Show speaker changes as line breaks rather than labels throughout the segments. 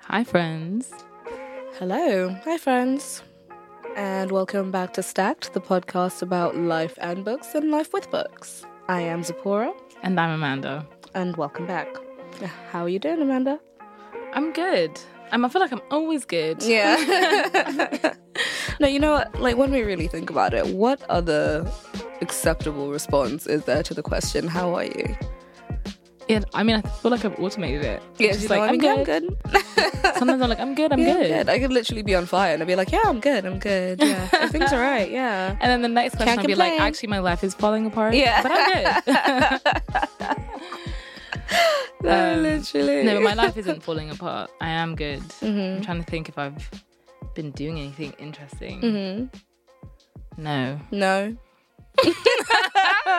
Hi, friends.
Hello. Hi, friends. And welcome back to Stacked, the podcast about life and books and life with books. I am Zipporah,
And I'm Amanda.
and welcome back. How are you doing, Amanda?
I'm good. Um, I feel like I'm always good.
Yeah. no, you know what? Like, when we really think about it, what other acceptable response is there to the question, How are you?
Yeah, I mean, I feel like I've automated it.
Yeah,
Just
you know
like,
what I
I'm
mean?
good. Sometimes I'm like, I'm good, I'm
Yeah, I'm
good.
good. I could literally be on fire and I'd be like, Yeah, I'm good. I'm good. Yeah. Everything's all right. Yeah.
And then the next question, I'll be like,
complain.
actually, my life is falling apart.
Yeah.
But I'm good.
No,
Um,
literally.
no, but my life isn't falling apart. I am good.
Mhm.
I'm trying to think if I've been doing anything interesting.
hmm
No.
No.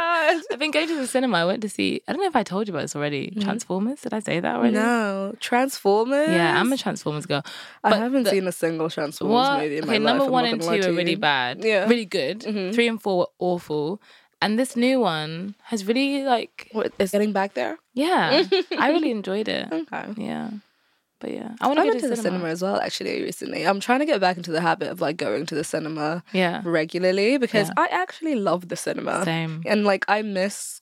I've been going to the cinema. I went to see, I don't know if I told you about this already. Transformers? Did I say that already?
No. Transformers?
Yeah, I'm a Transformers girl.
I
but
haven't
the-
seen a single Transformers
What?
movie in my
okay,
life.
number
I'm
one
not
and
gonna lie
two
to
are
you.
really bad.
Yeah. Mm-hmm.
Really good. Three and four were awful. And this new one has really, like,
What, It's getting back there.
yeah, I really enjoyed it.
Okay.
Yeah. But yeah, I want
I
to go
went
to
to the cinema as well actually recently. I'm trying to get back into the habit of like going to the cinema
Yeah.
regularly because I actually love the cinema.
Same.
And like I miss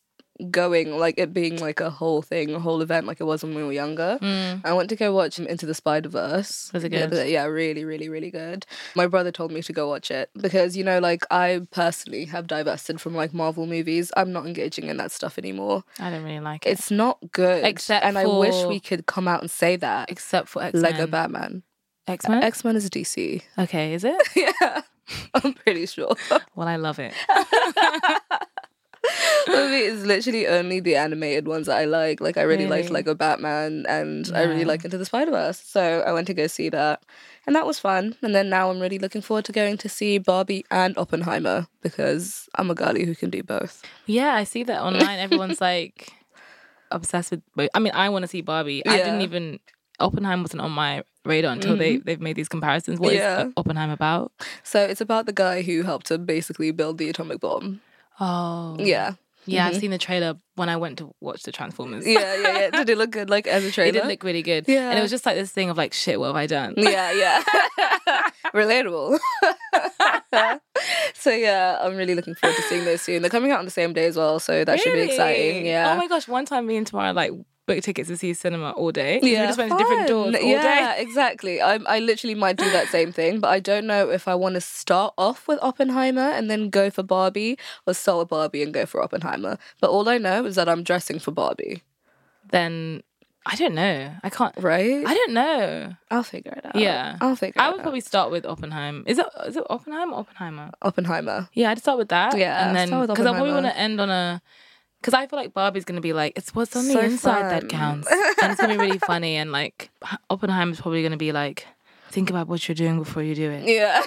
going, like it being like a whole thing, a whole event like it was when we were younger.
Mm.
I went to go watch Into the Spider Verse.
Was it
the other
good?
day. Yeah, really, really, really good. My brother told me to go watch it because you know, like I personally have divested from like Marvel movies. I'm not engaging in that stuff anymore.
I don't really like it.
It's not good.
Except
and I wish
for-
we could come out and say that.
Except for X Men.
Lego Batman.
X Men?
X Men is DC.
okay, is it?
yeah, I'm pretty sure.
Well, I love it.
movie is literally only the animated ones that I like. Like I really, liked
Really?
Lego Batman and I really
Yeah.
like Into the Spider Verse. So I went to go see that. And that was fun. And then now I'm really looking forward to going to see Barbie and Oppenheimer because I'm a girly who can do both.
Yeah, I see that online. Everyone's like obsessed with. Bo- I mean, I want to see Barbie. I didn't
Yeah. Mm-hmm.
even. Oppenheim wasn't on my radar until they they've made these comparisons. What is
Yeah.
O- Oppenheim about?
So it's about the guy who helped to basically build the atomic bomb.
Oh,
Yeah.
yeah. I've seen the trailer when I went to watch the Transformers.
Mm-hmm. Yeah, yeah, yeah. Did it look good like as a trailer?
Oh. It did look really good. And
Yeah.
it was just like this thing of like, shit, what have I done?
yeah, yeah. Relatable. so yeah, I'm really looking forward to seeing those soon. They're coming out on the same day as well, so that should be exciting.
Really?
Yeah.
Oh my gosh, one time me and Tamara like booked tickets to see cinema all day. We just went to different
fun.
doors all
yeah,
day.
exactly. I, I literally might do that same thing, but I don't know if I want to start off with Oppenheimer and then go for Barbie, or start with Barbie and go for Oppenheimer. But all I know is that I'm dressing for Barbie,
Then I don't know. I can't.
right?
I don't know.
I'll figure it out.
Yeah.
I'll figure.
I
it
would
out.
probably start with Oppenheim. Is it is it Oppenheim or Oppenheimer?
Oppenheimer.
Yeah, I'd start with that.
Yeah,
and then
start with
because I probably
Oppenheimer.
want to end on a because I feel like Barbie's gonna be like it's what's on
So
the inside
fun.
that counts, and it's gonna be really funny. And like Oppenheimer's probably gonna be like think about what you're doing before you do it.
Yeah.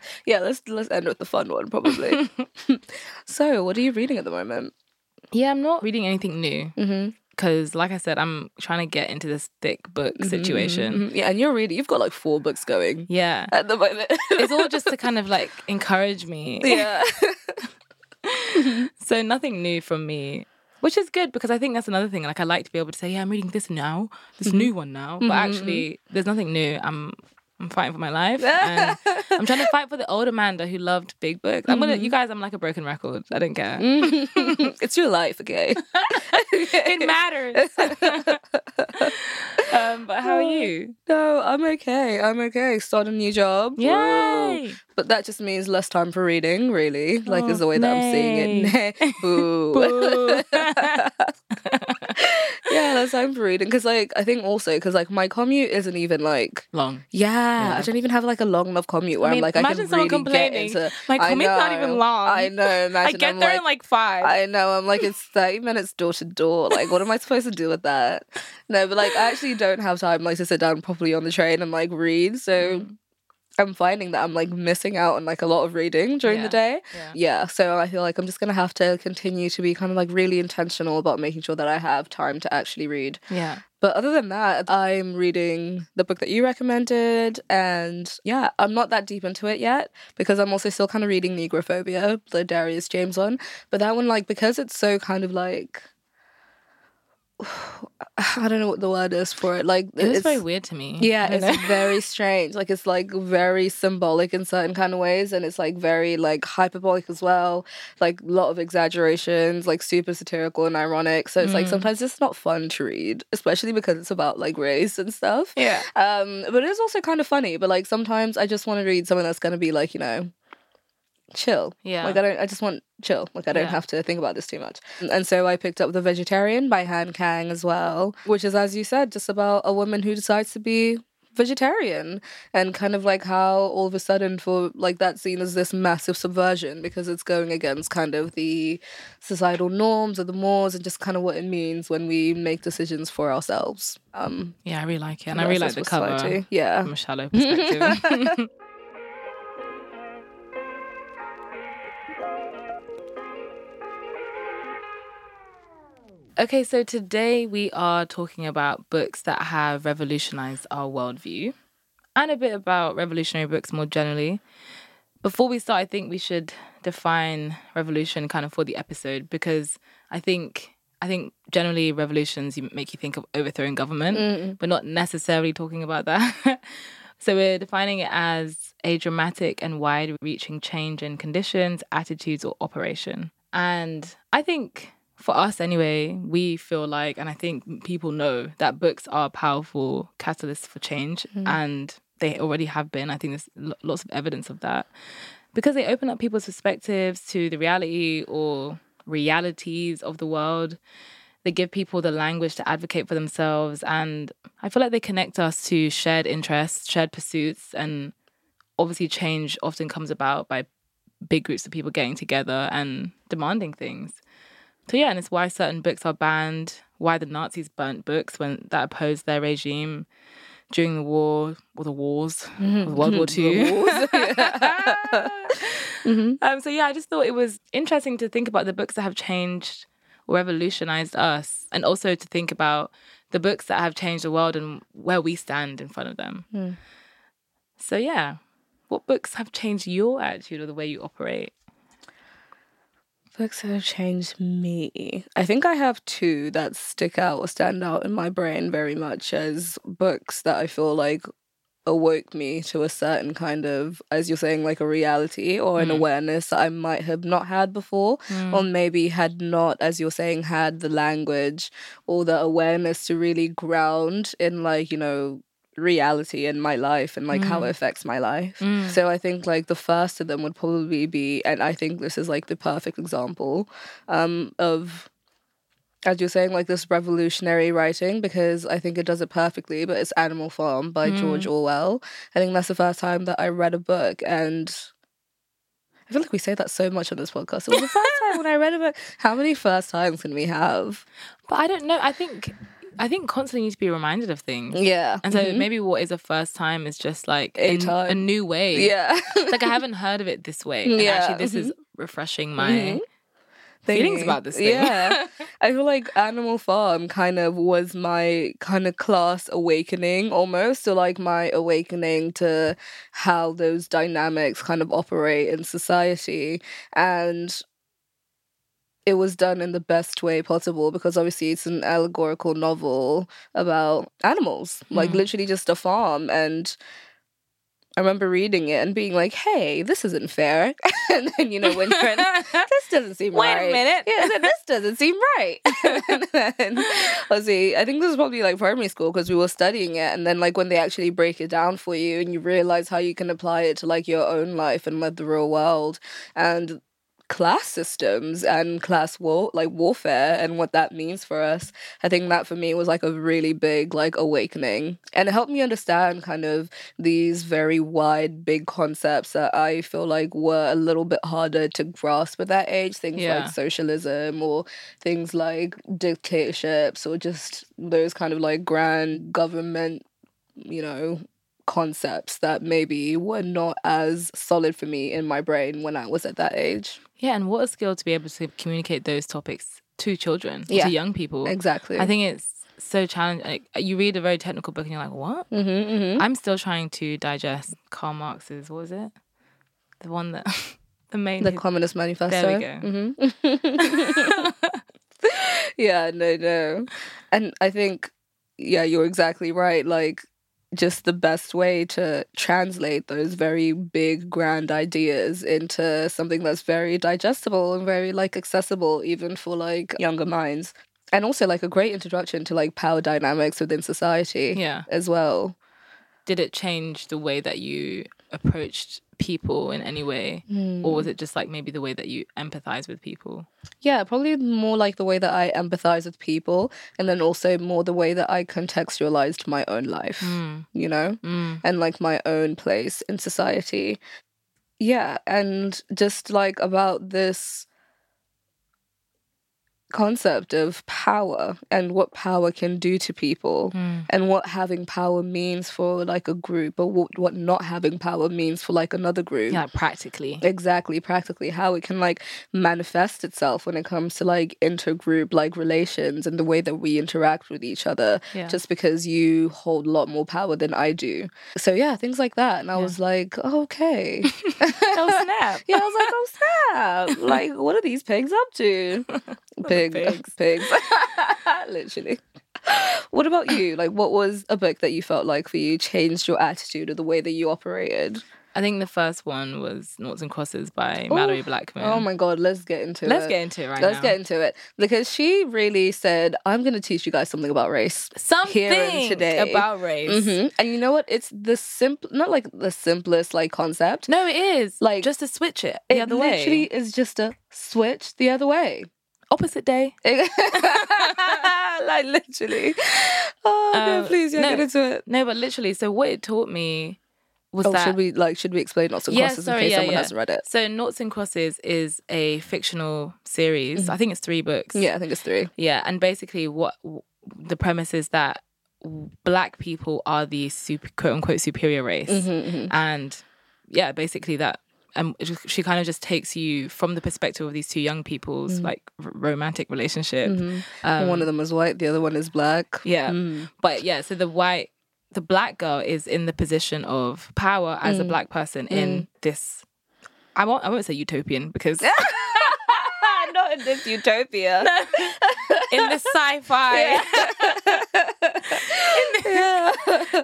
yeah, let's let's end with the fun one probably. so, what are you reading at the moment?
Yeah, I'm not reading anything new
Mhm.
because like I said, I'm trying to get into this thick book situation.
Mhm. Yeah, and you're reading. You've got like four books going
Yeah.
at the moment.
It's all just to kind of like encourage me.
yeah.
So nothing new from me, which is good because I think that's another thing. Like I like to be able to say, yeah, I'm reading this now, this new one now, but actually there's nothing new. I'm I'm fighting for my life. And I'm trying to fight for the old Amanda who loved big books. I'm gonna, you guys, I'm like a broken record. I don't care.
it's your life, okay?
It matters. um, but how are you?
no, I'm okay. I'm okay. Start a new job. Whoa.
Yay!
But that just means less time for reading, really. Like is the way that I'm seeing it. Boo.
Boo.
yeah, less time for reading. Because like I think also because like my commute isn't even like
Long.
Yeah, I
Yeah.
don't even have like a long enough commute where I
mean,
am like, I
imagine
can
someone
really
complaining,
get into.
"My
I
commute's not even
know,
long."
Um, I know. Imagine
I get
I'm
there
like,
in like five.
I know. I'm like, it's thirty minutes door to door. Like, what am I supposed to do with that? No, but like, I actually don't have time like to sit down properly on the train and like read. So.
Mm.
I'm finding that I'm like missing out on like a lot of reading during
Yeah.
the day.
Yeah.
yeah. So I feel like I'm just gonna have to continue to be kind of like really intentional about making sure that I have time to actually read.
yeah.
But other than that, I'm reading the book that you recommended. And yeah, I'm not that deep into it yet because I'm also still kind of reading Negrophobia, the Darius James one. But that one, like, because it's so kind of like I don't know what the word is for it. Like
It was
it's
very weird to me.
Yeah,
I don't
it's
know.
very strange. Like it's like very symbolic in certain kind of ways, and it's like very like hyperbolic as well. Like a lot of exaggerations, like super satirical and ironic. So it's like
Mm.
sometimes it's not fun to read, especially because it's about like race and stuff.
yeah.
Um, but it is also kind of funny. But like sometimes I just want to read something that's gonna be like you know, chill.
Yeah.
Like I don't. I just want chill. Like I don't
Yeah.
have to think about this too much. Mm, And so I picked up the Vegetarian by Han Kang as well, which is as you said, just about a woman who decides to be vegetarian and kind of like how all of a sudden for like that scene is this massive subversion because it's going against kind of the societal norms or the mores and just kind of what it means when we make decisions for ourselves um
yeah, I really like it. And I really like
versus
the cover
society. yeah
from a shallow perspective. okay, so today we are talking about books that have revolutionized our worldview and a bit about revolutionary books more generally. Before we start, I think we should define revolution kind of for the episode because I think I think generally revolutions you- make you think of overthrowing government. We're not necessarily talking about that. so we're defining it as a dramatic and wide-reaching change in conditions, attitudes, or operation. And I think for us anyway, we feel like, and I think people know that books are powerful catalysts for change, and they already have been. I think there's lo- lots of evidence of that because they open up people's perspectives to the reality or realities of the world. They give people the language to advocate for themselves, and I feel like they connect us to shared interests, shared pursuits, and obviously, change often comes about by big groups of people getting together and demanding things. So yeah, and it's why certain books are banned, why the Nazis burnt books when that opposed their regime during the war or the wars,
Mm-hmm. Hmm.
or World War Two.
Mm-hmm.
Um, so yeah, I just thought it was interesting to think about the books that have changed or revolutionized us, and also to think about the books that have changed the world and where we stand in front of them.
Hmm.
So yeah, what books have changed your attitude or the way you operate?
Books that have changed me. I think I have two that stick out or stand out in my brain very much as books that I feel like awoke me to a certain kind of, as you're saying, like a reality or an awareness that I might have not had before,
Mm.
or maybe had not, as you're saying, had the language or the awareness to really ground in, like, you know, reality in my life and like how it affects my life.
Mm.
So I think like the first of them would probably be, and I think this is like the perfect example um, of, as you're saying, like this revolutionary writing because I think it does it perfectly. But it's Animal Farm by
Mm.
George Orwell. I think that's the first time that I read a book and. I feel like we say that so much on this podcast. It was the first time when I read a book. How many first times can we have?
But I don't know. I think I think constantly need to be reminded of things.
Yeah.
And so maybe what is a first time is just like
Mm-hmm. A
n-
time.
a new way.
yeah.
like I haven't heard of it this way. And
Yeah. mm-hmm.
actually this is refreshing my feelings
thingy.
about this thing.
Yeah. I feel like Animal Farm kind of was my kind of class awakening almost, or like my awakening to how those dynamics kind of operate in society. And it was done in the best way possible because obviously it's an allegorical novel about animals, like
Mhm.
literally just a farm. And I remember reading it and being like, hey, this isn't fair. and then, you know, when you're in this doesn't seem
Wait a
right.
minute.
Yeah, th- this doesn't seem right. and then, obviously, I think this is probably like primary school because we were studying it. And then, like, when they actually break it down for you and you realize how you can apply it to like your own life and like the real world and class systems and class war like warfare and what that means for us i think that for me was like a really big like awakening and it helped me understand kind of these very wide big concepts that i feel like were a little bit harder to grasp at that age things
Yeah.
like socialism or things like dictatorships or just those kind of like grand government you know concepts that maybe were not as solid for me in my brain when i was at that age
Yeah, and what a skill to be able to communicate those topics to children,
Yeah.
to young people.
exactly
I think it's so challenging. Like, you read a very technical book and you're like, what?
hmm hmm
I'm still trying to digest Karl Marx's, what was it? The one that, the main.
the communist manifesto
go.
hmm yeah, no, no. And I think, yeah, you're exactly right. Like, just the best way to translate those very big, grand ideas into something that's very digestible and very, like, accessible, even for, like, younger minds. And also, like, a great introduction to, like, power dynamics within society
Yeah.
as well.
Did it change the way that you approached people in any way? Or was it just like maybe the way that you empathize with people?
Yeah, probably more like the way that I empathize with people, and then also more the way that I contextualized my own life,
Hmm.
you know,
Mm.
and like my own place in society. Yeah, and just like about this concept of power and what power can do to people
Mm. Hmm.
and what having power means for like a group or what, what not having power means for like another group
Yeah, like practically.
exactly practically how it can like manifest itself when it comes to like intergroup like relations and the way that we interact with each other
Yeah.
just because you hold a lot more power than i do so yeah things like that and i
Yeah.
was like oh, okay
oh snap.
yeah i was like oh snap like what are these pigs up to Pig, pigs
pigs.
pigs literally what about you like what was a book that you felt like for you changed your attitude or the way that you operated
I think the first one was Noughts and Crosses by
Ooh.
Mallory Blackman.
oh my god let's get into it
Let's get into it right
Let's
now.
get into it because she really said, "I'm going to teach you guys something about race."
something
today.
about race.
Mhm. And you know what? It's the simple, not like the simplest like concept.
No, it is
Like,
like just to switch it the
it
other
literally
way.
is just a switch the other way.
Opposite day.
like literally. Oh no!
Um,
Please, yeah,
no.
get into it.
No, but literally. So what it taught me was
Oh,
that.
should we like should we explain lots of
Yeah,
crosses
sorry,
in case
yeah,
someone
yeah.
hasn't read it?
so Noughts and Crosses is a fictional series. I think it's three books.
Mm-hmm. Yeah, I think it's three.
Yeah, and basically, what w- the premise is that w- black people are the super, quote unquote superior race,
Mm-hmm,
and yeah, basically that. And it just- she kind of just takes you from the perspective of these two young people's like r- romantic relationship. Um,
Mm. Mm-hmm. one of them is white, the Mm. other one is black.
yeah, but yeah, so the white, the black girl is in the position of power as a
Mm.
black person in this. I won't. I won't say utopian because
not in this utopia.
in this sci-fi.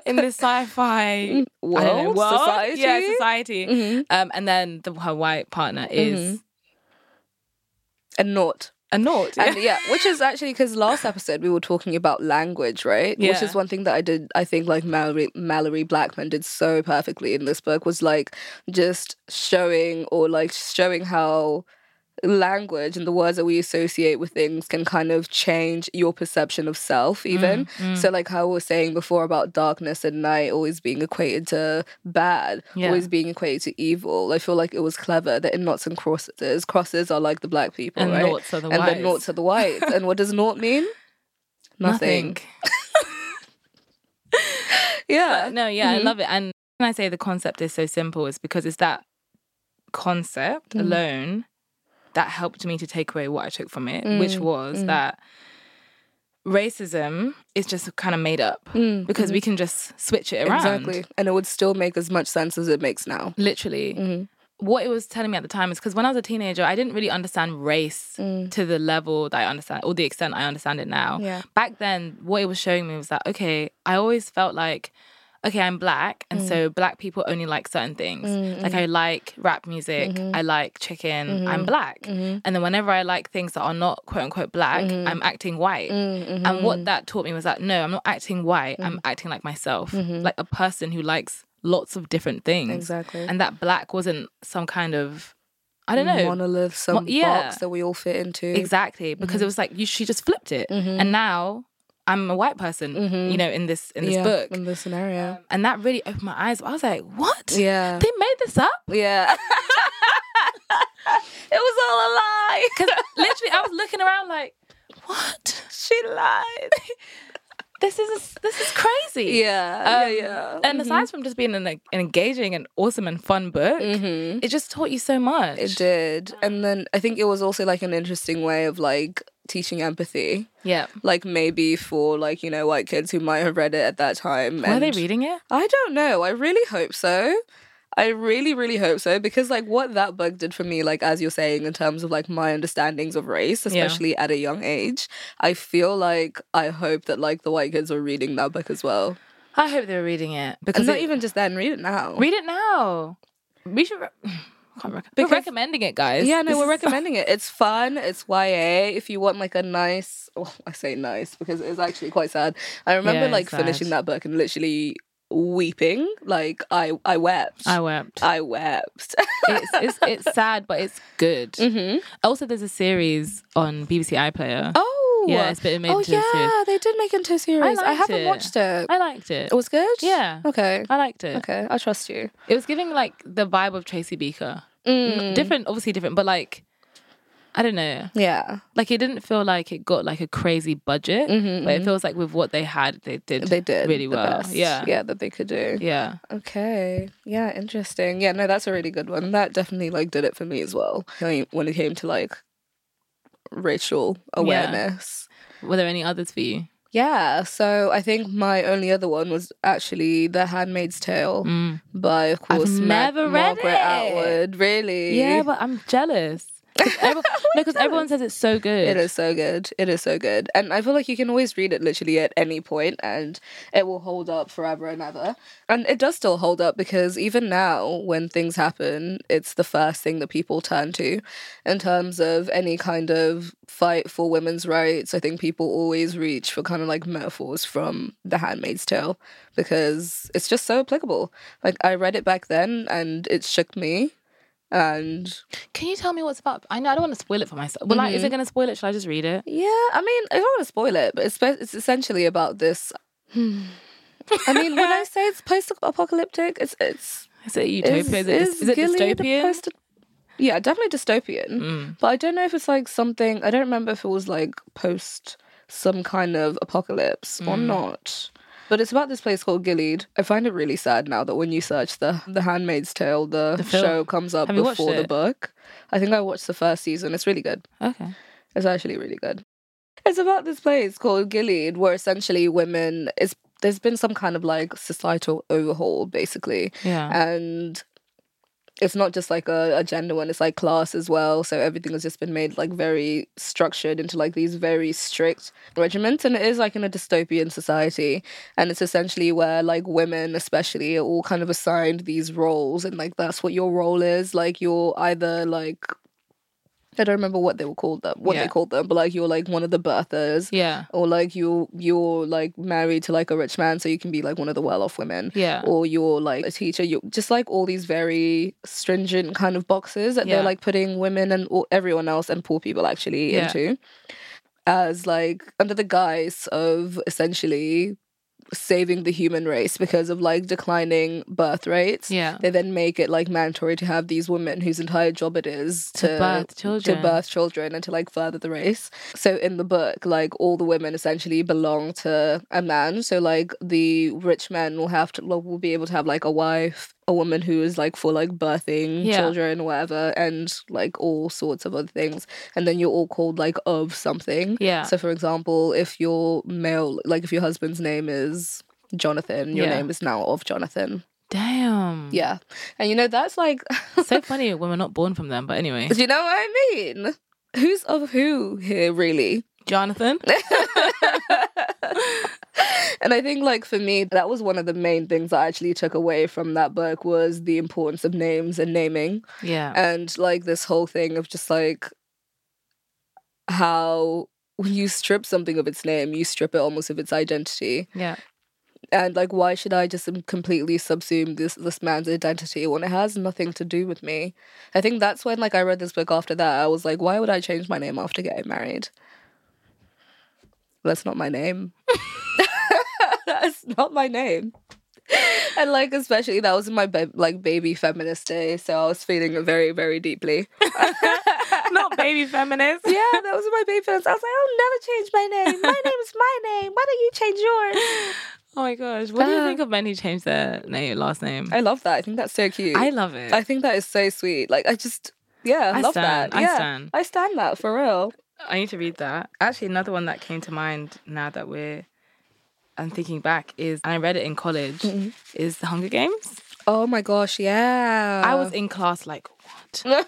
in this sci-fi
Mm. World?
I don't know, world?
Society? Mm. Mm-hmm.
Yeah, society. Um, and then the, her white partner is
and not.
a naught.
And yeah, which is actually because last episode we were talking about language, right? Which
Yeah.
is one thing that I did. I think like Mallory Mallory Blackman did so perfectly in this book was like just showing or like showing how language and the words that we associate with things can kind of change your perception of self even
Mm,
so like how we were saying before about darkness and night always being equated to bad
Yeah.
always being equated to evil i feel like it was clever that in knots and crosses crosses are like the black people
And
right
noughts are the
and
whites.
then noughts are the whites and what does nought mean nothing, yeah
No, yeah,
Mm-hmm.
I love it. And when I say the concept is so simple, it's because it's that concept
Mm-hmm.
alone that helped me to take away what I took from it,
Mm,
which was that racism is just kind of made up because we can just switch it around.
Mm, mm-hmm. exactly and it would still make as much sense as it makes now
literally
Mm-hmm.
what it was telling me at the time is because when i was a teenager i didn't really understand race to the level that i understand or the extent i understand it now
Mm. Yeah.
back then what it was showing me was that okay i always felt like okay i'm black
Mm.
and so black people only like certain things
mm-hmm.
like i like rap music i like chicken i'm black
Mm-hmm.
and then whenever i like things that are not quote unquote black i'm acting white
Mm,
and
mm-hmm.
what that taught me was that no i'm not acting white i'm acting like myself
Mm-hmm.
like a person who likes lots of different things
Exactly.
and that black wasn't some kind of i don't know
monolith some
Mo- yeah.
box that we all fit into
exactly because
Mm-hmm.
it was like you, she just flipped it and now i'm a white person you know in this in this
Mm-hmm. yeah, Mm.
book
in this scenario
and that really opened my eyes i was like what
Yeah.
they made this up
Yeah. it was all a lie.
because literally i was looking around like what
she lied.
this is this is crazy
Yeah. Mm-hmm.
Um,
yeah, yeah.
and aside from just being an, an engaging and awesome and fun book it just taught you so much
Mm-hmm. It did.
um
And then I think it was also like an interesting way of like teaching empathy.
yeah
Like maybe for like, you know, white kids who might have read it at that time.
were they
and-
reading it
I don't know. I really hope so. I really, really hope so because, like, what that book did for me, like, as you're saying, in terms of like my understandings of race,
Yeah.
especially at a young age, I feel like I hope that like the white kids are reading that book as well.
I hope they're reading it
And
because
not
it-
even just then, read it now.
read it now. We should. Re- I can't rec-
Because-
we're recommending it, guys.
yeah, no,
This
we're
is-
recommending it. It's fun. It's YA. If you want like a nice, well, I say nice because it's actually quite sad. I remember
Yeah, it's
like finishing
sad.
that book and literally weeping. Like I, I wept.
I wept.
I wept.
it's, it's it's sad, but it's good.
mm-hmm.
Also, there's a series on BBC iPlayer.
Oh,
yeah, it's been made
oh
into a series.
yeah, they did make it into a series. I,
liked
haven't
it.
watched it.
I liked it.
It was good.
Yeah.
Okay.
I liked it.
Okay. I trust you.
It was giving like the vibe of Tracy Beaker.
Mm.
Different, obviously different, but like I don't know.
Yeah.
Like it didn't feel like it got like a crazy budget,
Mhm,
but it feels like with what they had, they did.
They did
really
the
well.
best,
Yeah. yeah,
Yeah, that they could do.
yeah,
Okay. Yeah, interesting. Yeah, no, that's a really good one. That definitely like did it for me as well. I mean, when it came to like racial awareness.
Were there any others for you?
Yeah. so I think my only other one was actually The Handmaid's Tale
Mm.
by, of course, Ma-
never read
Margaret
it.
Atwood. Really?
Yeah, but I'm jealous. 'Cause every- no, because everyone says it's so good.
It is so good. It is so good. And I feel like you can always read it literally at any point and it will hold up forever and ever. And it does still hold up because even now, when things happen, it's the first thing that people turn to in terms of any kind of fight for women's rights. I think people always reach for kind of like metaphors from The Handmaid's Tale because it's just so applicable. Like, I read it back then and it shook me. And
Can you tell me what's about? I know I don't want to spoil it for myself. Well,
Mm-hmm.
like, is it going to spoil it? Should I just read it?
Yeah, I mean, I don't want to spoil it, but it's spe- it's essentially about this. I mean, when I say it's post-apocalyptic, it's it's
Is it utopia? Is, it, is, it
Gilead a
dystopian? Mm.
post- yeah, definitely dystopian. But I don't know if it's like something. I don't remember if it was like post some kind of apocalypse or
Mm.
not. But it's about this place called Gilead. I find it really sad now that when you search the The Handmaid's Tale, the,
film.
show comes up
Have you watched
before the
it?
book. I think I watched the first season. It's really good.
okay.
It's actually really good. It's about this place called Gilead, where essentially women is there's been some kind of like societal overhaul, basically,
Yeah.
and it's not just like a, a gender one; it's like class as well. So everything has just been made like very structured into like these very strict regiments, and it is like in a dystopian society, and it's essentially where like women, especially, are all kind of assigned these roles, and like that's what your role is. Like you're either like I don't remember what they were called them, what
Yeah.
they called them, but like you're like one of the birthers,
yeah.
or like you you're like married to like a rich man, so you can be like one of the well off women,
Yeah.
or you're like a teacher. You just like all these very stringent kind of boxes that
Yeah.
they're like putting women and all, everyone else and poor people actually
Yeah.
into, as like under the guise of essentially saving the human race because of like declining birth rates.
Yeah.
They then make it like mandatory to have these women whose entire job it is
To
to,
birth children.
to birth children and to like further the race. So in the book, like all the women essentially belong to a man. So like the rich men will have to like, will be able to have like a wife, a woman who is like for like birthing
Yeah.
children, whatever, and like all sorts of other things. And then you're all called like of something.
Yeah.
So for example, if your male, like if your husband's name is Jonathan, your
Yeah. Mm.
name is now of Jonathan.
Damn.
Yeah. And you know, that's like,
so funny when we're not born from them. But anyway,
do you know what I mean? Who's of who here, really?
Jonathan.
and I think, like, for me, that was one of the main things I actually took away from that book was the importance of names and naming.
Yeah.
and like this whole thing of just like how when you strip something of its name, you strip it almost of its identity.
Yeah.
And like, why should I just um, completely subsume this this man's identity when it has nothing to do with me? I think that's when like I read this book. After that, I was like, why would I change my name after getting married? That's not my name. that's not my name and like especially that was my ba- like baby feminist day so i was feeling it very very deeply
not baby feminist.
yeah that was my baby feminist i was like i'll never change my name my name is my name why don't you change yours
Oh my gosh. What do you
Uh.
think of men who change their name, last name? I,
i love that i think that's so cute i,
love it.
think that is so sweet like i just yeah i,
I
love
stand,
that
I
yeah
stand.
i stand that for real
I need to read that. Actually, another one that came to mind now that Mm-hmm. we're I'm thinking back is and I read it in college is The Hunger Games.
Oh my gosh, yeah.
I was in class like, what?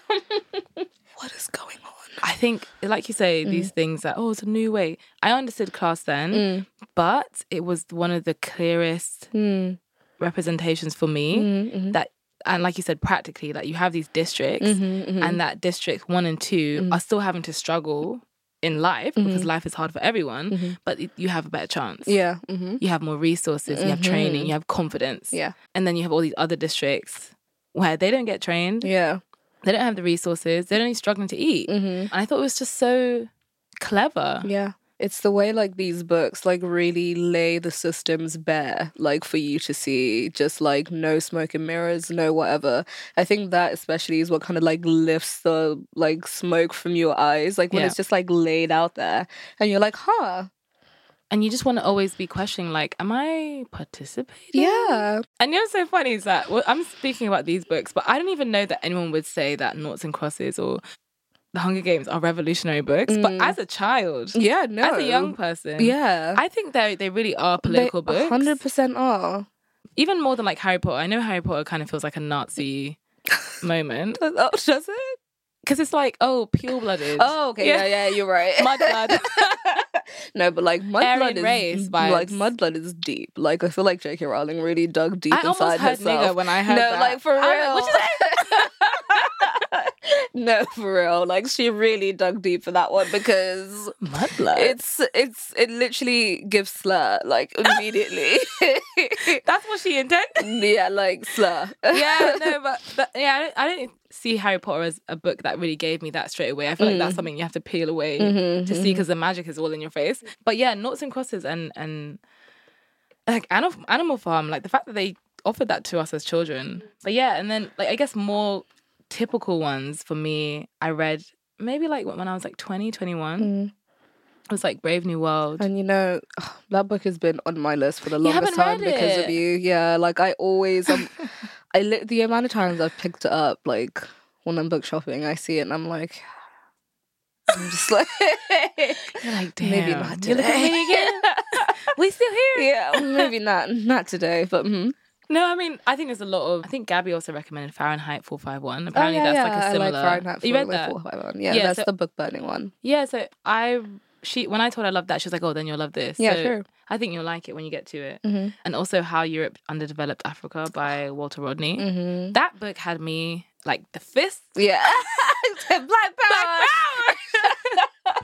what is going on?
I think, like you say,
Mm.
these things that, oh, it's a new way. I understood class then, but it was one of the clearest
Hmm,
representations for me
Mm.
that, and like you said, practically, like you have these districts,
Mm-hmm.
and that district one and 2
Mm.
are still having to struggle in life because life is hard for everyone, but y- you have a better chance.
Mm-hmm. Yeah. Mm-hmm.
You have more resources, you have training, you have confidence.
Yeah.
And then you have all these other districts where they don't get trained,
Yeah. mm-hmm.
they don't have the resources, they're only struggling to
Mm.
eat. And I thought it was just so clever.
Yeah. It's the way like these books like really lay the systems bare, like for you to see, just like no smoke and mirrors, no whatever. I think that especially is what kind of like lifts the like smoke from your eyes, like when
Yeah.
it's just like laid out there and you're like, huh,
And you just want to always be questioning, like, am I participating?
yeah,
And you know what's so funny is that well, I'm speaking about these books, but I don't even know that anyone would say that Noughts and Crosses or The Hunger Games are revolutionary books. But as a child,
yeah, Mm. no,
as a young person,
yeah,
I think they they really are political books.
hundred percent are.
Even more than like Harry Potter. I know Harry Potter kind of feels like a Nazi moment.
Oh, does it?
Because it's like, oh, pure blooded.
Oh, okay, yeah, yeah, you're right.
Mudblood.
No, but like mudblood
Aryan
is
race
like
vibes.
mudblood is deep. Like I feel like J.K. Rowling really dug deep
I almost
inside
heard nigga
herself.
when I heard
no,
that.
like for real.
I was like, what you say?
no, for real. Like she really dug deep for that one because
Mudblood.
it's it's it literally gives slur like immediately.
that's what she intended.
yeah, like slur.
yeah, no, but, but yeah, I don't, I don't see Harry Potter as a book that really gave me that straight away. I feel like
Mm.
that's something you have to peel away
Mm-hmm,
to see because the magic is all in your face. But yeah, noughts and crosses and and like animal Animal Farm, like the fact that they offered that to us as children. But yeah, and then like I guess more typical ones for me, I read maybe like when I was like 20, 21.
Mm.
It was like Brave New World.
And you know, that book has been on my list for the
haven't
longest time
read
because of
it.
you. Yeah, like I always, um, I li- the amount of times I've picked it up, like when I'm book shopping, I see it and I'm like, I'm just like,
You're like, damn.
maybe not
You look at
today.
me again. we still here.
yeah, maybe not, not today, but mhm.
No, I mean, I think there's a lot of. I think Gabby also recommended Fahrenheit 451.
Oh,
Apparently,
yeah,
that's
yeah,
like a similar.
I like Fahrenheit
you read that?
451. Yeah,
Yeah,
that's
so-
the book burning one.
Yeah. So I, she, when I told her I loved that, she was like, "Oh, then you'll love this."
Yeah,
so
sure.
I think you'll like it when you get to it.
Mhm.
And also, How Europe Underdeveloped Africa by Walter Rodney.
Mm-hmm.
That book had me like the fist.
Yeah, Black Power.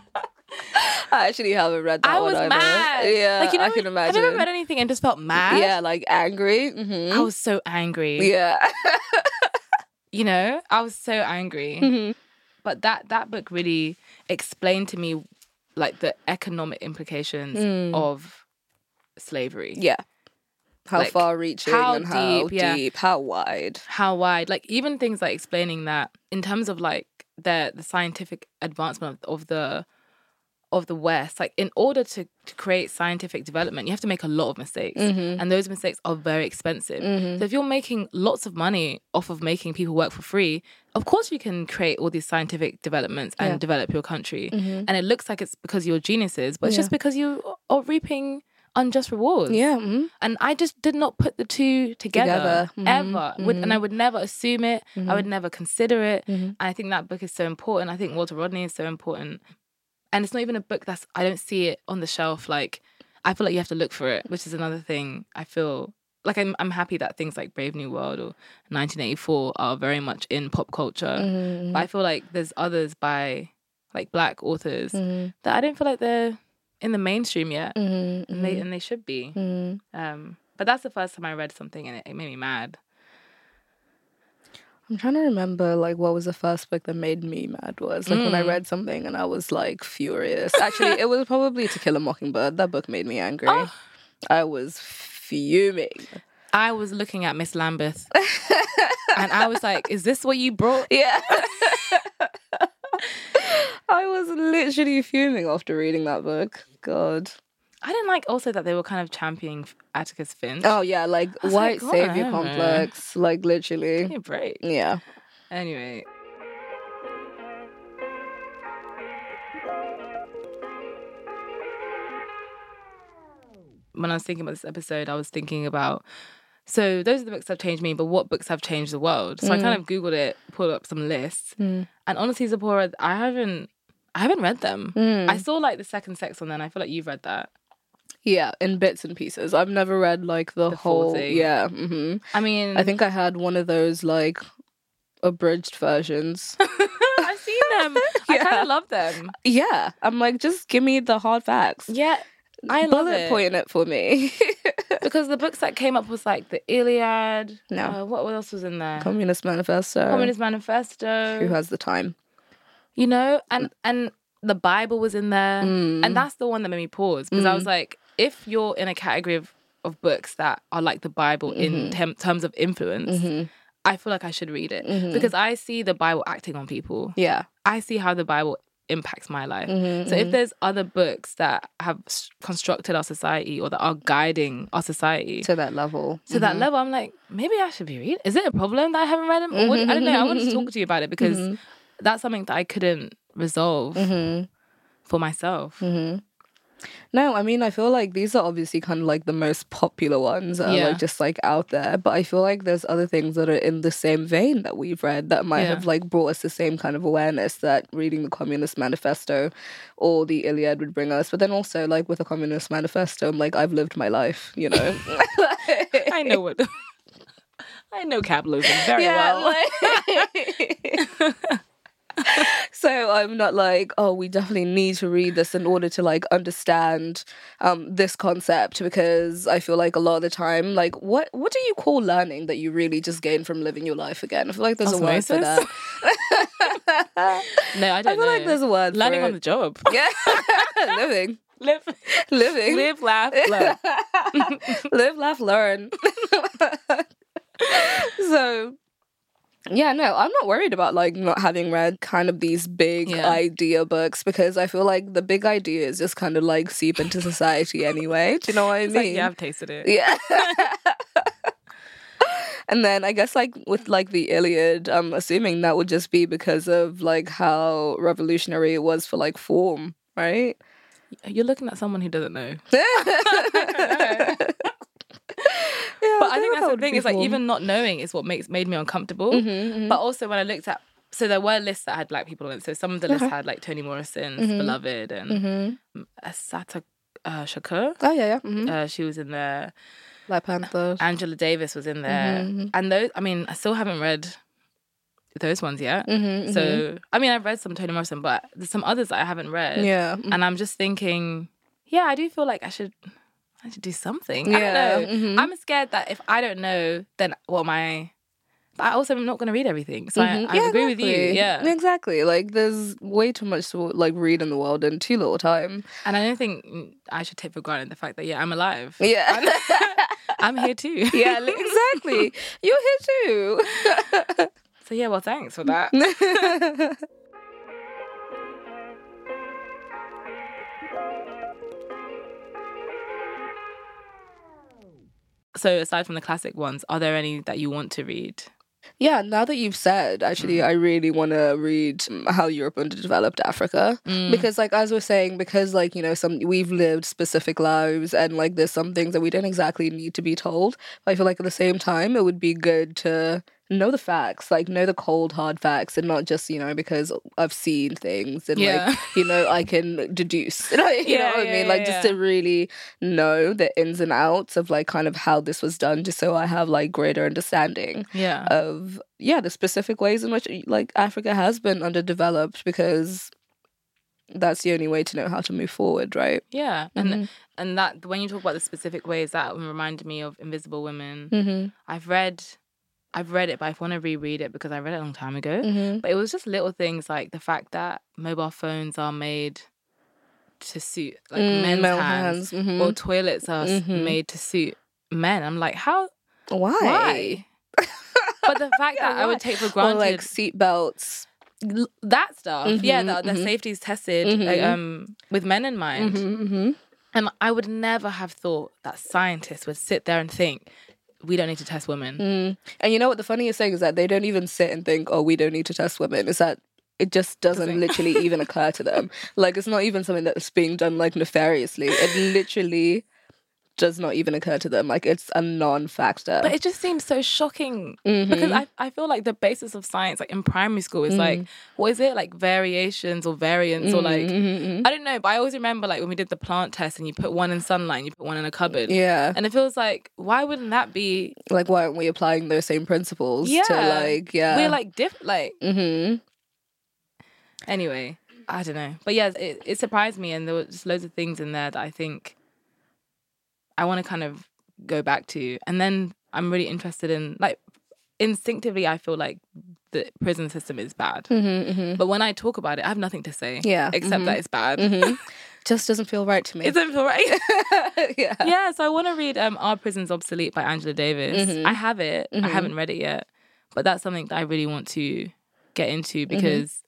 I actually haven't read that
I
one
was
either.
mad.
Yeah,
like, you know,
I can imagine.
I've never read anything and just felt mad.
Yeah, like angry. hmm
I was so angry.
yeah.
You know, I was so angry.
Mhm.
but that that book really explained to me like the economic implications
Mm.
of slavery
Yeah. How
Like,
far reaching
how
and how deep,
deep, yeah.
how wide.
how wide like even things like explaining that in terms of like the the scientific advancement of, of the of the west like in order to, to create scientific development you have to make a lot of mistakes
Mm-hmm.
and those mistakes are very expensive so if you're making lots of money off of making people work for free of course you can create all these scientific developments and
Yeah. Mm-hmm.
develop your country and it looks like it's because you're geniuses but it's
Yeah.
just because you are reaping unjust rewards
Yeah. mhm.
and I just did not put the two together,
Together. Mhm.
ever. Would, and I would never assume it. I would never consider it. And I think that book is so important. I think Walter Rodney is so important. And it's not even a book that's I don't see it on the shelf. Like I feel like you have to look for it, which is another thing. I feel like I'm I'm happy that things like Brave New World or 1984 are very much in pop culture.
Mm-hmm.
But I feel Uh, like there's others by like black authors
Mm. Mm-hmm.
that I don't feel like they're in the mainstream yet,
Mm-hmm.
and they and they should be. Um, but that's the first time I read something and it, it made me mad.
I'm trying to remember like what was the first book that made me mad was like
Mm.
when I read something and I was like furious. Actually, it was probably To Kill a Mockingbird. That book made me angry.
Oh.
I was fuming.
I was looking at Miss Lambeth and I was like, is this what you brought?
Yeah. I was literally fuming after reading that book. God.
I didn't like also that they were kind of championing Atticus Finch.
Oh yeah, like
was like,
white
God,
savior
I don't know.
complex. Like
Give me
literally.
a break.
Yeah.
Anyway. When I was thinking about this episode, I was thinking about So those are the books that have changed me, but what books have changed the world? So I kind of Googled it, pulled up some lists.
Mm.
And honestly, Zipporah, I haven't I haven't read them.
Mm.
I saw like the second sex one then. I feel like you've read that.
Yeah, in bits and pieces. I've never read like the,
The full
whole.
thing.
Yeah. hmm
I mean
I think I had one of those like abridged versions.
I've seen them. I
Yeah.
kinda love them.
yeah, I'm like, just give me the hard facts.
Yeah. I love
Bullet
it.
point it for me.
Because the books that came up was like the Iliad.
No.
Uh, what else was in there?
Communist Manifesto.
Communist Manifesto.
Who has the time?
you know and and the bible was in there
Mm. Mm-hmm.
and that's the one that made me pause because i was like if you're in a category of, of books that are like the bible in tem- terms of influence
Mm-hmm.
i feel like i should read it because i see the bible acting on people
Yeah.
i see how the bible impacts my life
Mm-hmm,
so if there's other books that have s- constructed our society or that are guiding our society
To that level. Mm-hmm.
to that level, I'm like, maybe I should be reading. Is it a problem that I haven't read them? Or
Mm-hmm,
what, I don't know. I want to talk to you about it because that's something that I couldn't resolve
Mm-hmm.
for myself.
No, I mean, I feel like these are obviously kind of like the most popular ones that are
Yeah.
like just like out there. But I feel like there's other things that are in the same vein that we've read that might
Yeah.
have like brought us the same kind of awareness that reading the Communist Manifesto or the Iliad would bring us. But then also, like with the Communist Manifesto, I'm like, I've lived my life, you know?
I know what. I know capitalism very well.
like- so I'm not like, oh, we definitely need to read this in order to like understand um, this concept because I feel like a lot of the time, like, what what do you call learning that you really just gain from living your life again? I feel like there's a word for
Osmosis?
that.
no, I
I
don't
feel
know.
like there's a word.
learning
for
on the
it.
job.
yeah, living,
live,
living,
live, laugh, love.
live, laugh, learn. so, yeah, no, I'm not worried about like not having read kind of these big
Yeah.
idea books because I feel like the big ideas just kind of like seep into society anyway. Do you know what I
It's like,
mean?
yeah, I've tasted it.
yeah. And then I guess like with like the Iliad, I'm assuming that would just be because of like how revolutionary it was for like form, right?
You're looking at someone who doesn't know.
yeah,
But I think that's the thing. Is like even not knowing is what makes made me uncomfortable.
Mm-hmm.
But also when I looked at, so there were lists that had black people on it. So some of the lists
Uh-huh.
had like Toni Morrison's
Mm-hmm.
Beloved and Asata uh, Shakur.
Oh yeah, yeah. hmm
Uh, she was in there.
Black Panther.
Angela Davis was in there.
Mm-hmm,
And those, I mean, I still haven't read those ones yet.
Mm-hmm,
So I mean, I've read some Toni Morrison, but there's some others that I haven't read.
yeah. Mm-hmm.
And I'm just thinking, yeah, I do feel like I should. I should do something. I
Yeah, Mm-hmm.
don't know. I'm scared that if I don't know, then what am I? But I also am not going to read everything. So
Mhm.
I, I
Yeah,
agree with you.
exactly.
Yeah.
exactly. Like there's way too much to like read in the world in too little time.
And I don't think mm, I should take for granted the fact that, yeah, I'm alive.
Yeah,
I'm here too.
yeah, li- exactly. You're here too.
So, yeah, well, thanks for that. So, aside from the classic ones, are there any that you want to read?
yeah, now that you've said, actually,
Mm-hmm.
I really want to read um, how Europe underdeveloped Africa
Mm.
because, like, as we're saying, because like you know, some we've lived specific lives and like there's some things that we don't exactly need to be told. But I feel like at the same time, it would be good to know the facts, like know the cold hard facts, and not just you know because I've seen things and
Yeah.
like you know I can deduce. you know what
Yeah,
I mean?
yeah,
like
yeah,
just
yeah.
to really know the ins and outs of like kind of how this was done, just so I have like greater understanding
Yeah.
of yeah the specific ways in which like Africa has been underdeveloped because that's the only way to know how to move forward, right?
yeah. And
Mm-hmm.
and that when you talk about the specific ways that reminded me of Invisible Women.
Mm-hmm.
I've read I've read it, but I want to reread it because I read it a long time ago.
Mm-hmm.
But it was just little things like the fact that mobile phones are made to suit like
Mm,
men's hands,
hmm
or toilets are s
Mhm.
made to suit men. I'm like, how?
why?
Why? but the fact
Yeah,
that I
why?
would take for
Or
granted
like seatbelts.
l- that stuff, yeah,
Mhm,
that the
mhm.
safety is tested
Mhm.
uh, um, with men in mind,
Mm-hmm.
and I would never have thought that scientists would sit there and think we don't need to test women.
Mm. And you know what the funniest thing is that they don't even sit and think, oh, we don't need to test women. Is that it just doesn't
Doesn't.
literally even occur to them. Like it's not even something that's being done like nefariously. It literally does not even occur to them. Like it's a non-factor.
But it just seems so shocking
Mhm.
because I, I feel like the basis of science, like in primary school, is
Mm.
like, what is it? Like variations or variants
Mm-hmm,
or like, I don't know, but I always remember like when we did the plant test and you put one in sunlight and you put one in a cupboard.
yeah,
And it feels like, why wouldn't that be?
like why aren't we applying those same principles to
Yeah.
like yeah?
We're like different. Like,
hmm
anyway, I don't know. But yeah, it, it surprised me. And there were just loads of things in there that I think I want to kind of go back to. And then I'm really interested in, like, instinctively, I feel like the prison system is bad. But when I talk about it, I have nothing to say.
Mm. mm-hmm, Yeah. mm-hmm,
Except that it's bad.
just doesn't feel right to me.
It's all right.
yeah.
yeah, so I want to read um, Our Prison's Obsolete by Angela Davis.
Mm-hmm.
I have it. I haven't read it yet. But that's something that I really want to get into because,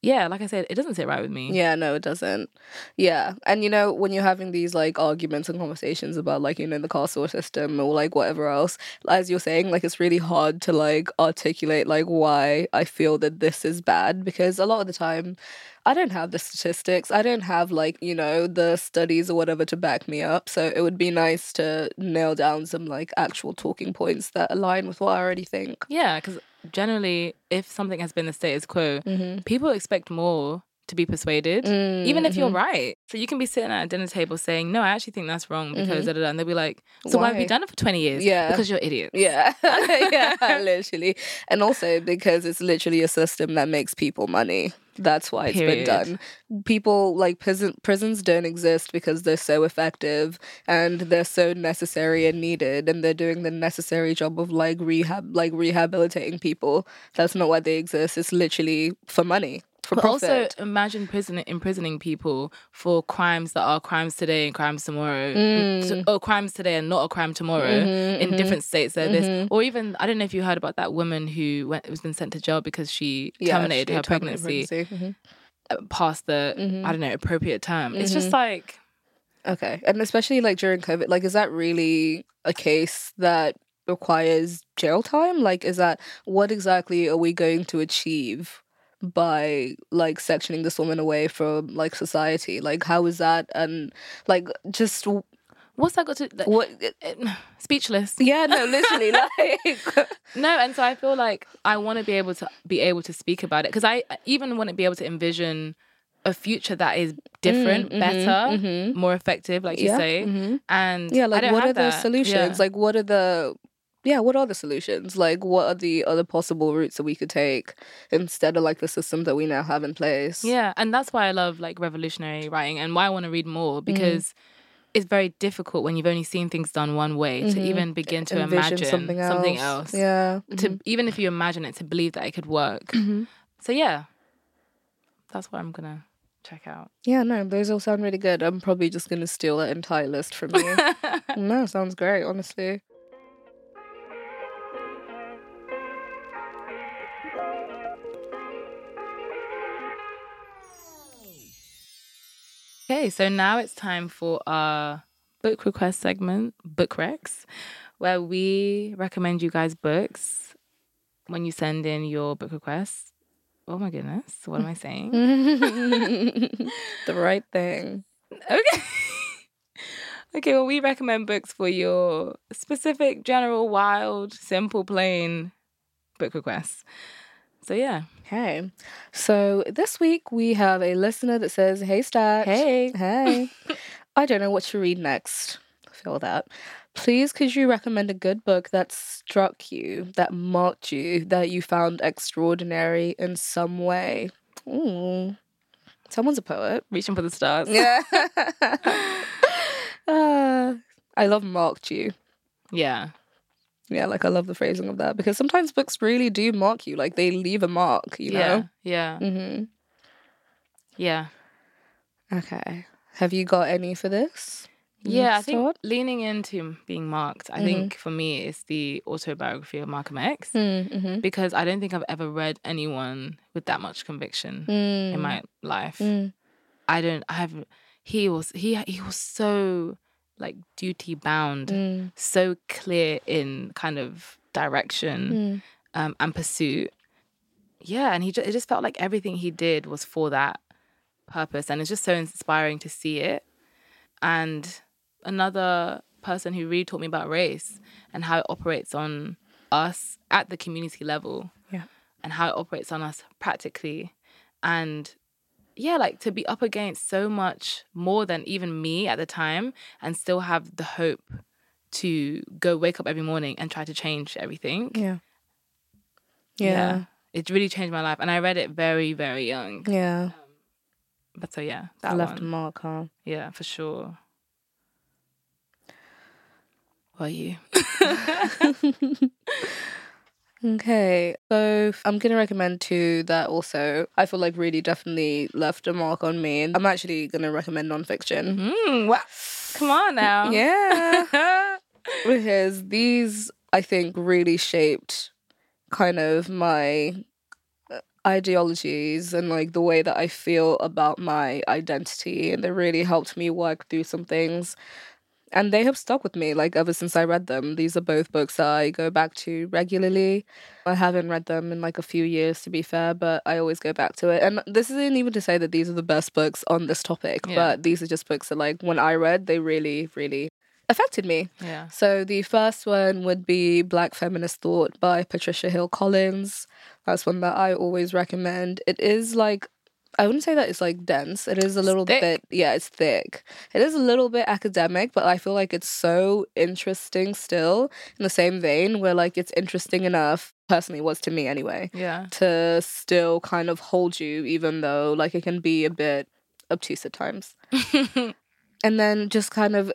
yeah, like I said, it doesn't sit right with me.
Mm-hmm. Yeah, no, it doesn't. Yeah. And you know, when you're having these like arguments and conversations about like, you know, the castle system or like whatever else, as you're saying, like it's really hard to like articulate like why I feel that this is bad because a lot of the time I don't have the statistics. I don't have like, you know, the studies or whatever to back me up. So it would be nice to nail down some like actual talking points that align with what I already think.
Yeah, because generally, if something has been the status quo,
Mm-hmm. Mm.
people expect more to be persuaded, even if you're
Mm-hmm.
right. So you can be sitting at a dinner table saying, No, I actually think that's wrong because da da da. And they'll be like, So why? have
Mm-hmm. Why?
you done it for 20 years?
Yeah.
Because you're idiots.
Yeah, yeah, literally. And also because it's literally a system that makes people money. That's why it's
Period.
been done. People like prison prisons don't exist because they're so effective and they're so necessary and needed, and they're doing the necessary job of like rehab, like rehabilitating people. That's not why they exist. It's literally for money, for
But
profit.
also imagine prison imprisoning people for crimes that are crimes today and crimes tomorrow, Mm.
Mm.
So- or crimes today and not a crime tomorrow
Mm-hmm,
in different states. Like this, or even I don't know if you heard about that woman who went, was been sent to jail because she
mm-hmm. Yeah,
terminated
she
her
terminated
pregnancy,
pregnancy. Mm-hmm. Mm-hmm.
uh, past the I don't know appropriate term. It's just like
Mhm. Okay, and especially like during COVID, like is that really a case that requires jail time? Like, is that what exactly are we going to achieve by like sectioning this woman away from like society? Like, how is that and like just w-
what's that got to like,
what?
speechless?
Yeah, no, literally, like,
No, and so I feel like I want to be able to be able to speak about it because I even want to be able to envision a future that is different, better, more effective, like you
Mm, mm-hmm, Yeah, Mm. mm-hmm.
say. And
yeah,
I
like
don't
what
have
are the
that.
solutions?
Yeah.
Like, what are the yeah, what are the solutions? Like, what are the other possible routes that we could take instead of like the system that we now have in place?
yeah, and that's why I love like revolutionary writing and why I want to read more
Mm.
because it's very difficult when you've only seen things done one way to even begin to
Mm-hmm. Envision
imagine something else.
Yeah. Mm-hmm.
To even if you imagine it, to believe that it could work. So yeah, that's what I'm gonna check out.
Yeah, no, those all sound really good. I'm probably just going to steal that entire list from you. no, sounds great, honestly.
Okay, so now it's time for our book request segment, Book Recs, where we recommend you guys books when you send in your book requests. Oh my goodness, what am I saying?
the right thing.
Okay. okay, well, we recommend books for your specific, general, wild, simple, plain book requests. So, yeah.
Okay. So this week we have a listener that says, Hey, Stat.
Hey.
Hey. I don't know what to read next. Feel that. Please, could you recommend a good book that struck you, that marked you, that you found extraordinary in some way? Ooh. Someone's a poet.
Reaching for the stars.
Yeah. uh, I love marked you.
Yeah.
Yeah, like I love the phrasing of that because sometimes books really do mark you. Like they leave a mark, you
Yeah.
know?
Yeah.
hmm
Yeah.
Okay. Have you got any for this?
Yeah, I
Next
think
one?
leaning into being marked, I think for me it's the autobiography of Malcolm X
Mm-hmm.
because I don't think I've ever read anyone with that much conviction
Mm-hmm.
in my life.
Mm.
I don't I have he was he he was so like duty bound,
Mm.
so clear in kind of
mm.
direction um, and pursuit. Yeah, and he just, it just felt like everything he did was for that purpose and it's just so inspiring to see it. And another person who really taught me about race and how it operates on us at the community level
Yeah.
and how it operates on us practically. And yeah, like to be up against so much more than even me at the time and still have the hope to go wake up every morning and try to change everything.
Yeah.
Yeah.
Yeah.
It really changed my life. And I read it very, very young.
Yeah.
But so yeah, that
Left
one.
a mark, huh?
Yeah, for sure. What are you?
Okay.
So f- I'm gonna recommend two that also I feel like really definitely left a mark on me. I'm actually gonna recommend nonfiction.
Mm, wow. Come on now.
Yeah,
Yeah.
because these I think really shaped kind of my uh, ideologies and like the way that I feel about my identity, and they really helped me work through some things. And they have stuck with me like ever since I read them. These are both books that I go back to regularly. I haven't read them in like a few years, to be fair, but I always go back to it. And this isn't even to say that these are the best books on this topic,
Yeah.
but these are just books that, like, when I read, they really, really affected me.
yeah.
So the first one would be Black Feminist Thought by Patricia Hill Collins. That's one that I always recommend. It is like I wouldn't say that it's like dense. It is a little
thick.
bit yeah, it's thick. It is a little bit academic, but I feel like it's so interesting still in the same vein where like it's interesting enough personally was to me anyway
Yeah.
to still kind of hold you even though like it can be a bit obtuse at times
Mm-hmm.
and then just kind of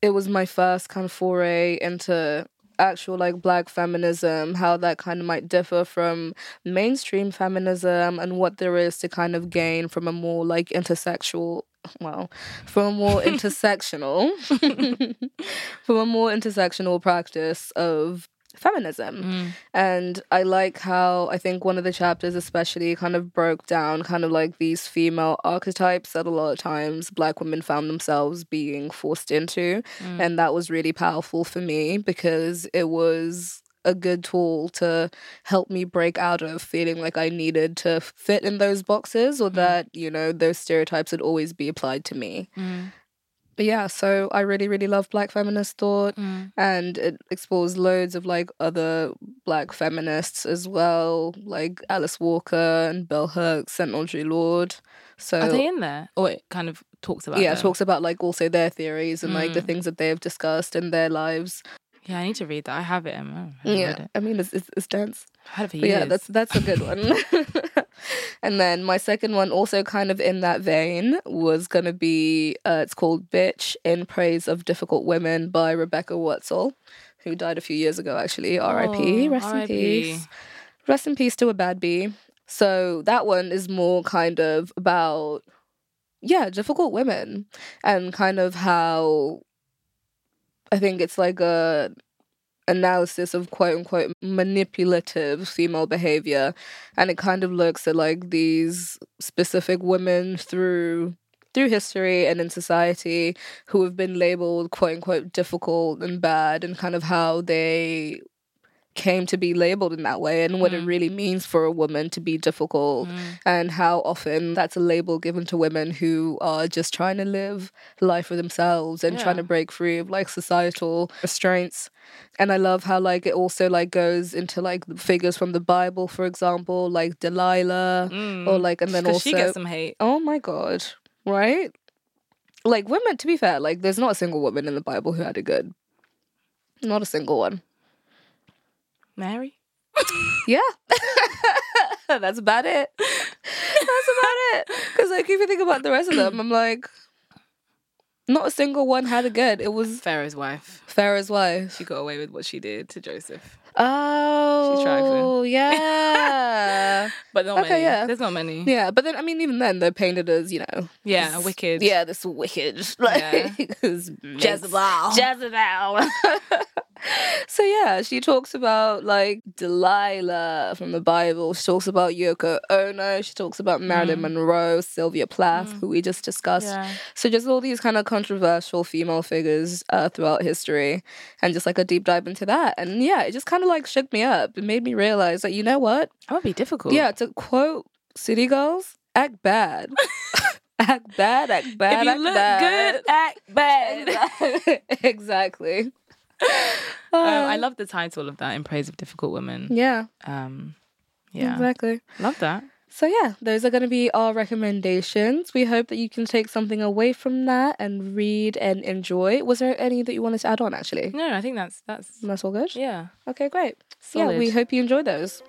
it was my first kind of foray into actual like black feminism how that kind of might differ from mainstream feminism and what there is to kind of gain from a more like intersexual well from a more intersectional from a more intersectional practice of feminism
Mm.
and I like how I think one of the chapters, especially, kind of broke down kind of like these female archetypes that a lot of times black women found themselves being forced into. And that was really powerful for me because it was a good tool to help me break out of feeling like I needed to fit in those boxes or that, you know, those stereotypes would always be applied to me.
Mm.
But yeah, so I really, really love black feminist thought
Mm.
and it explores loads of like other black feminists as well, like Alice Walker and Bell Hooks and Audre Lorde. So
Are they in there? Or it kind of talks about
yeah,
them.
talks about like also their theories and like the
Mm.
things that they have discussed in their lives.
Yeah, I need to read that. I have it. I haven't read
Yeah,
it.
I mean it's it's, it's dense.
I've had it for
But
years.
yeah, that's that's a good one. and then my second one, also kind of in that vein, was gonna be uh, it's called "Bitch in Praise of Difficult Women" by Rebecca Wetzel, who died a few years ago. Actually, R.I.P.
Oh,
Rest in
R.I.P..
peace. Rest in peace to a bad bee. So that one is more kind of about yeah, difficult women and kind of how I think it's like a analysis of quote unquote manipulative female behavior and it kind of looks at like these specific women through through history and in society who have been labeled quote unquote difficult and bad and kind of how they came to be labeled in that way and what it
Mm.
really means for a woman to be difficult
Mm.
and how often that's a label given to women who are just trying to live life for themselves and trying
Yeah.
to break free of like societal restraints and i love how like it also like goes into like the figures from the bible for example like delilah
Mm.
or like and then
'Cause
also
she gets some hate.
oh my god right like women to be fair like there's not a single woman in the bible who had it good not a single one
Mary?
yeah. That's about it. That's about it. Because, like, if you think about the rest of them, I'm like, not a single one had a good. It was
Pharaoh's wife.
Pharaoh's wife.
She got away with what she did to Joseph.
Oh.
trifling.
yeah.
But not
Okay,
many.
yeah.
There's not many.
yeah. But then, I mean, even then, they're painted as, you know,
Yeah, wicked.
yeah, this wicked. Like, this mixed-
Jezebel.
Jezebel. so yeah, she talks about like Delilah from the Bible. She talks about Yoko Ono. She talks about Marilyn Monroe, Sylvia Plath, who we just discussed.
Mm. Yeah.
So just all these kind of controversial female figures uh, throughout history, and just like a deep dive into that. And yeah, it just kind of like shook me up. It made me realize that you know what?
That would be difficult.
Yeah, to quote City Girls, act bad. act bad, act bad,
if you
act
look
bad.
good, act bad.
exactly.
Um, I love the title of that in praise of difficult women.
Yeah,
Um, yeah,
exactly.
love that.
So yeah, those are going to be our recommendations. We hope that you can take something away from that and read and enjoy. Was there any that you wanted to add on? Actually,
No, I think that's that's
that's all good.
Mm. yeah.
Okay, great.
Solid.
Yeah, we hope you enjoy those.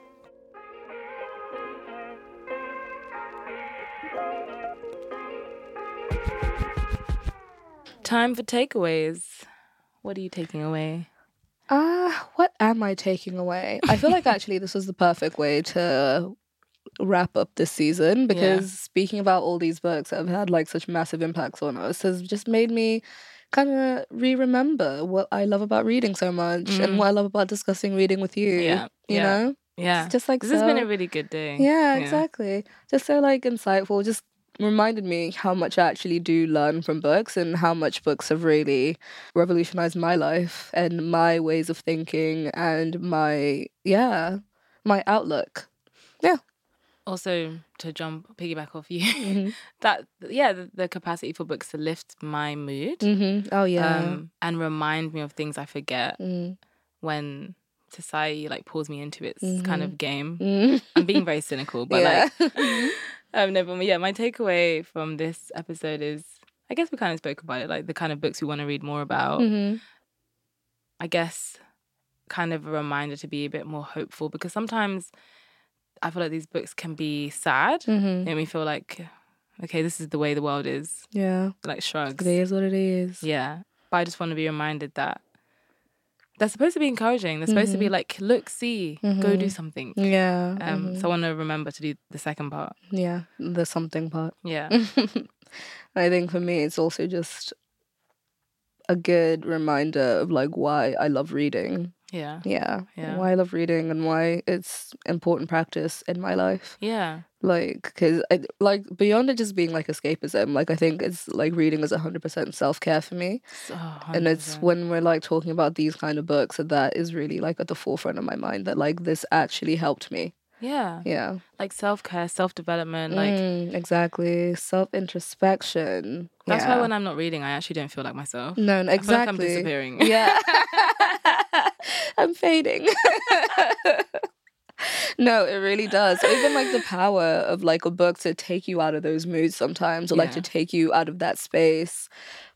Time for takeaways. What are you taking away?
Ah, what am I taking away? I feel like actually this was the perfect way to wrap up this season because speaking about all these books that have had like such massive impacts on us has just made me kind of re-remember what I love about reading so much and what I love about discussing reading with you.
Mm. Yeah,
You
yeah.
know?
Yeah,
It's just like
this has been
so-
a really good day.
Yeah, exactly. Just so like insightful. Just reminded me how much I actually do learn from books and how much books have really revolutionized my life and my ways of thinking and my yeah, my outlook.
Also, to jump piggyback off you,
Mhm.
that yeah, the, the capacity for books to lift my mood
Mm-hmm. Oh yeah.
um, and remind me of things I forget
Mm.
when society like pulls me into its kind of game.
Mm.
I'm being very cynical, but
Yeah. Mm-hmm.
like, um, no, but yeah, my takeaway from this episode is, I guess we kind of spoke about it, like the kind of books we want to read more about.
Mhm.
I guess kind of a reminder to be a bit more hopeful because sometimes I feel like these books can be sad
Mhm.
and we feel like, okay, this is the way the world is,
Yeah.
like shrugs.
It is what it is.
Yeah. But I just want to be reminded that they're supposed to be encouraging. They're supposed to be like, look, see, go do something.
Mm-hmm. Yeah. Mm-hmm.
Um, So I want to remember to do the second part.
yeah. The something part.
Yeah.
I think for me, it's also just a good reminder of like why I love reading.
Yeah.
Yeah.
Yeah.
Why I love reading and why it's important practice in my life.
Yeah.
Like, because like beyond it just being like escapism, like I think it's like reading is hundred percent self care for me.
So,
And it's when we're like talking about these kind of books that that is really like at the forefront of my mind that like this actually helped me.
yeah,
Yeah.
like self care, self development. Like
Mm, exactly self introspection.
that's why when I'm not reading, I actually don't feel like myself.
No, no,
I feel like I'm
Mm, exactly.
disappearing.
Yeah. I'm fading. no, it really does. Even like the power of like a book to take you out of those moods sometimes or like to
Yeah.
take you out of that space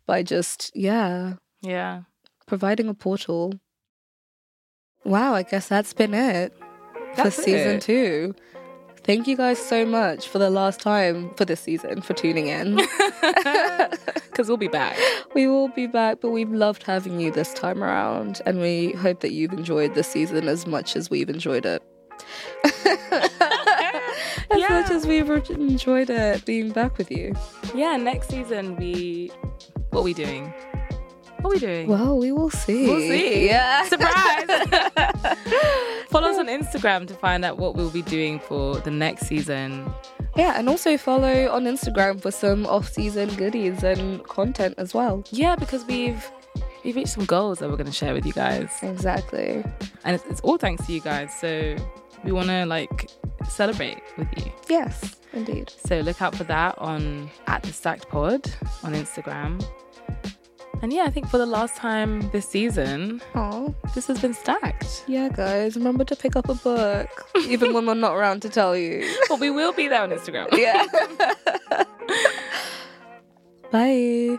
by just, yeah,
yeah.
providing a portal. Wow, I guess that's been it
That's
for season
it.
two. Thank you guys so much for the last time for this season for tuning in.
Because we'll be back.
We will be back, but we've loved having you this time around, and we hope that you've enjoyed this season as much as we've enjoyed it. as
Yeah.
much as we've re- enjoyed it being back with you.
Yeah, next season we. What are we doing? What are we doing?
Well, we will see.
We'll see.
Yeah.
Surprise! Follow us on Instagram to find out what we'll be doing for the next season.
Yeah, and also follow on Instagram for some off-season goodies and content as well.
Yeah, because we've we've reached some goals that we're going to share with you guys.
Exactly.
and it's, it's all thanks to you guys. So we want to like celebrate with you.
Yes, indeed.
So look out for that on at the Stacked Pod on Instagram. And yeah, I think for the last time this season,
Oh,
this has been stacked.
yeah, guys. Remember to pick up a book, even when we're not around to tell you.
But we will be there on Instagram.
Yeah. Bye.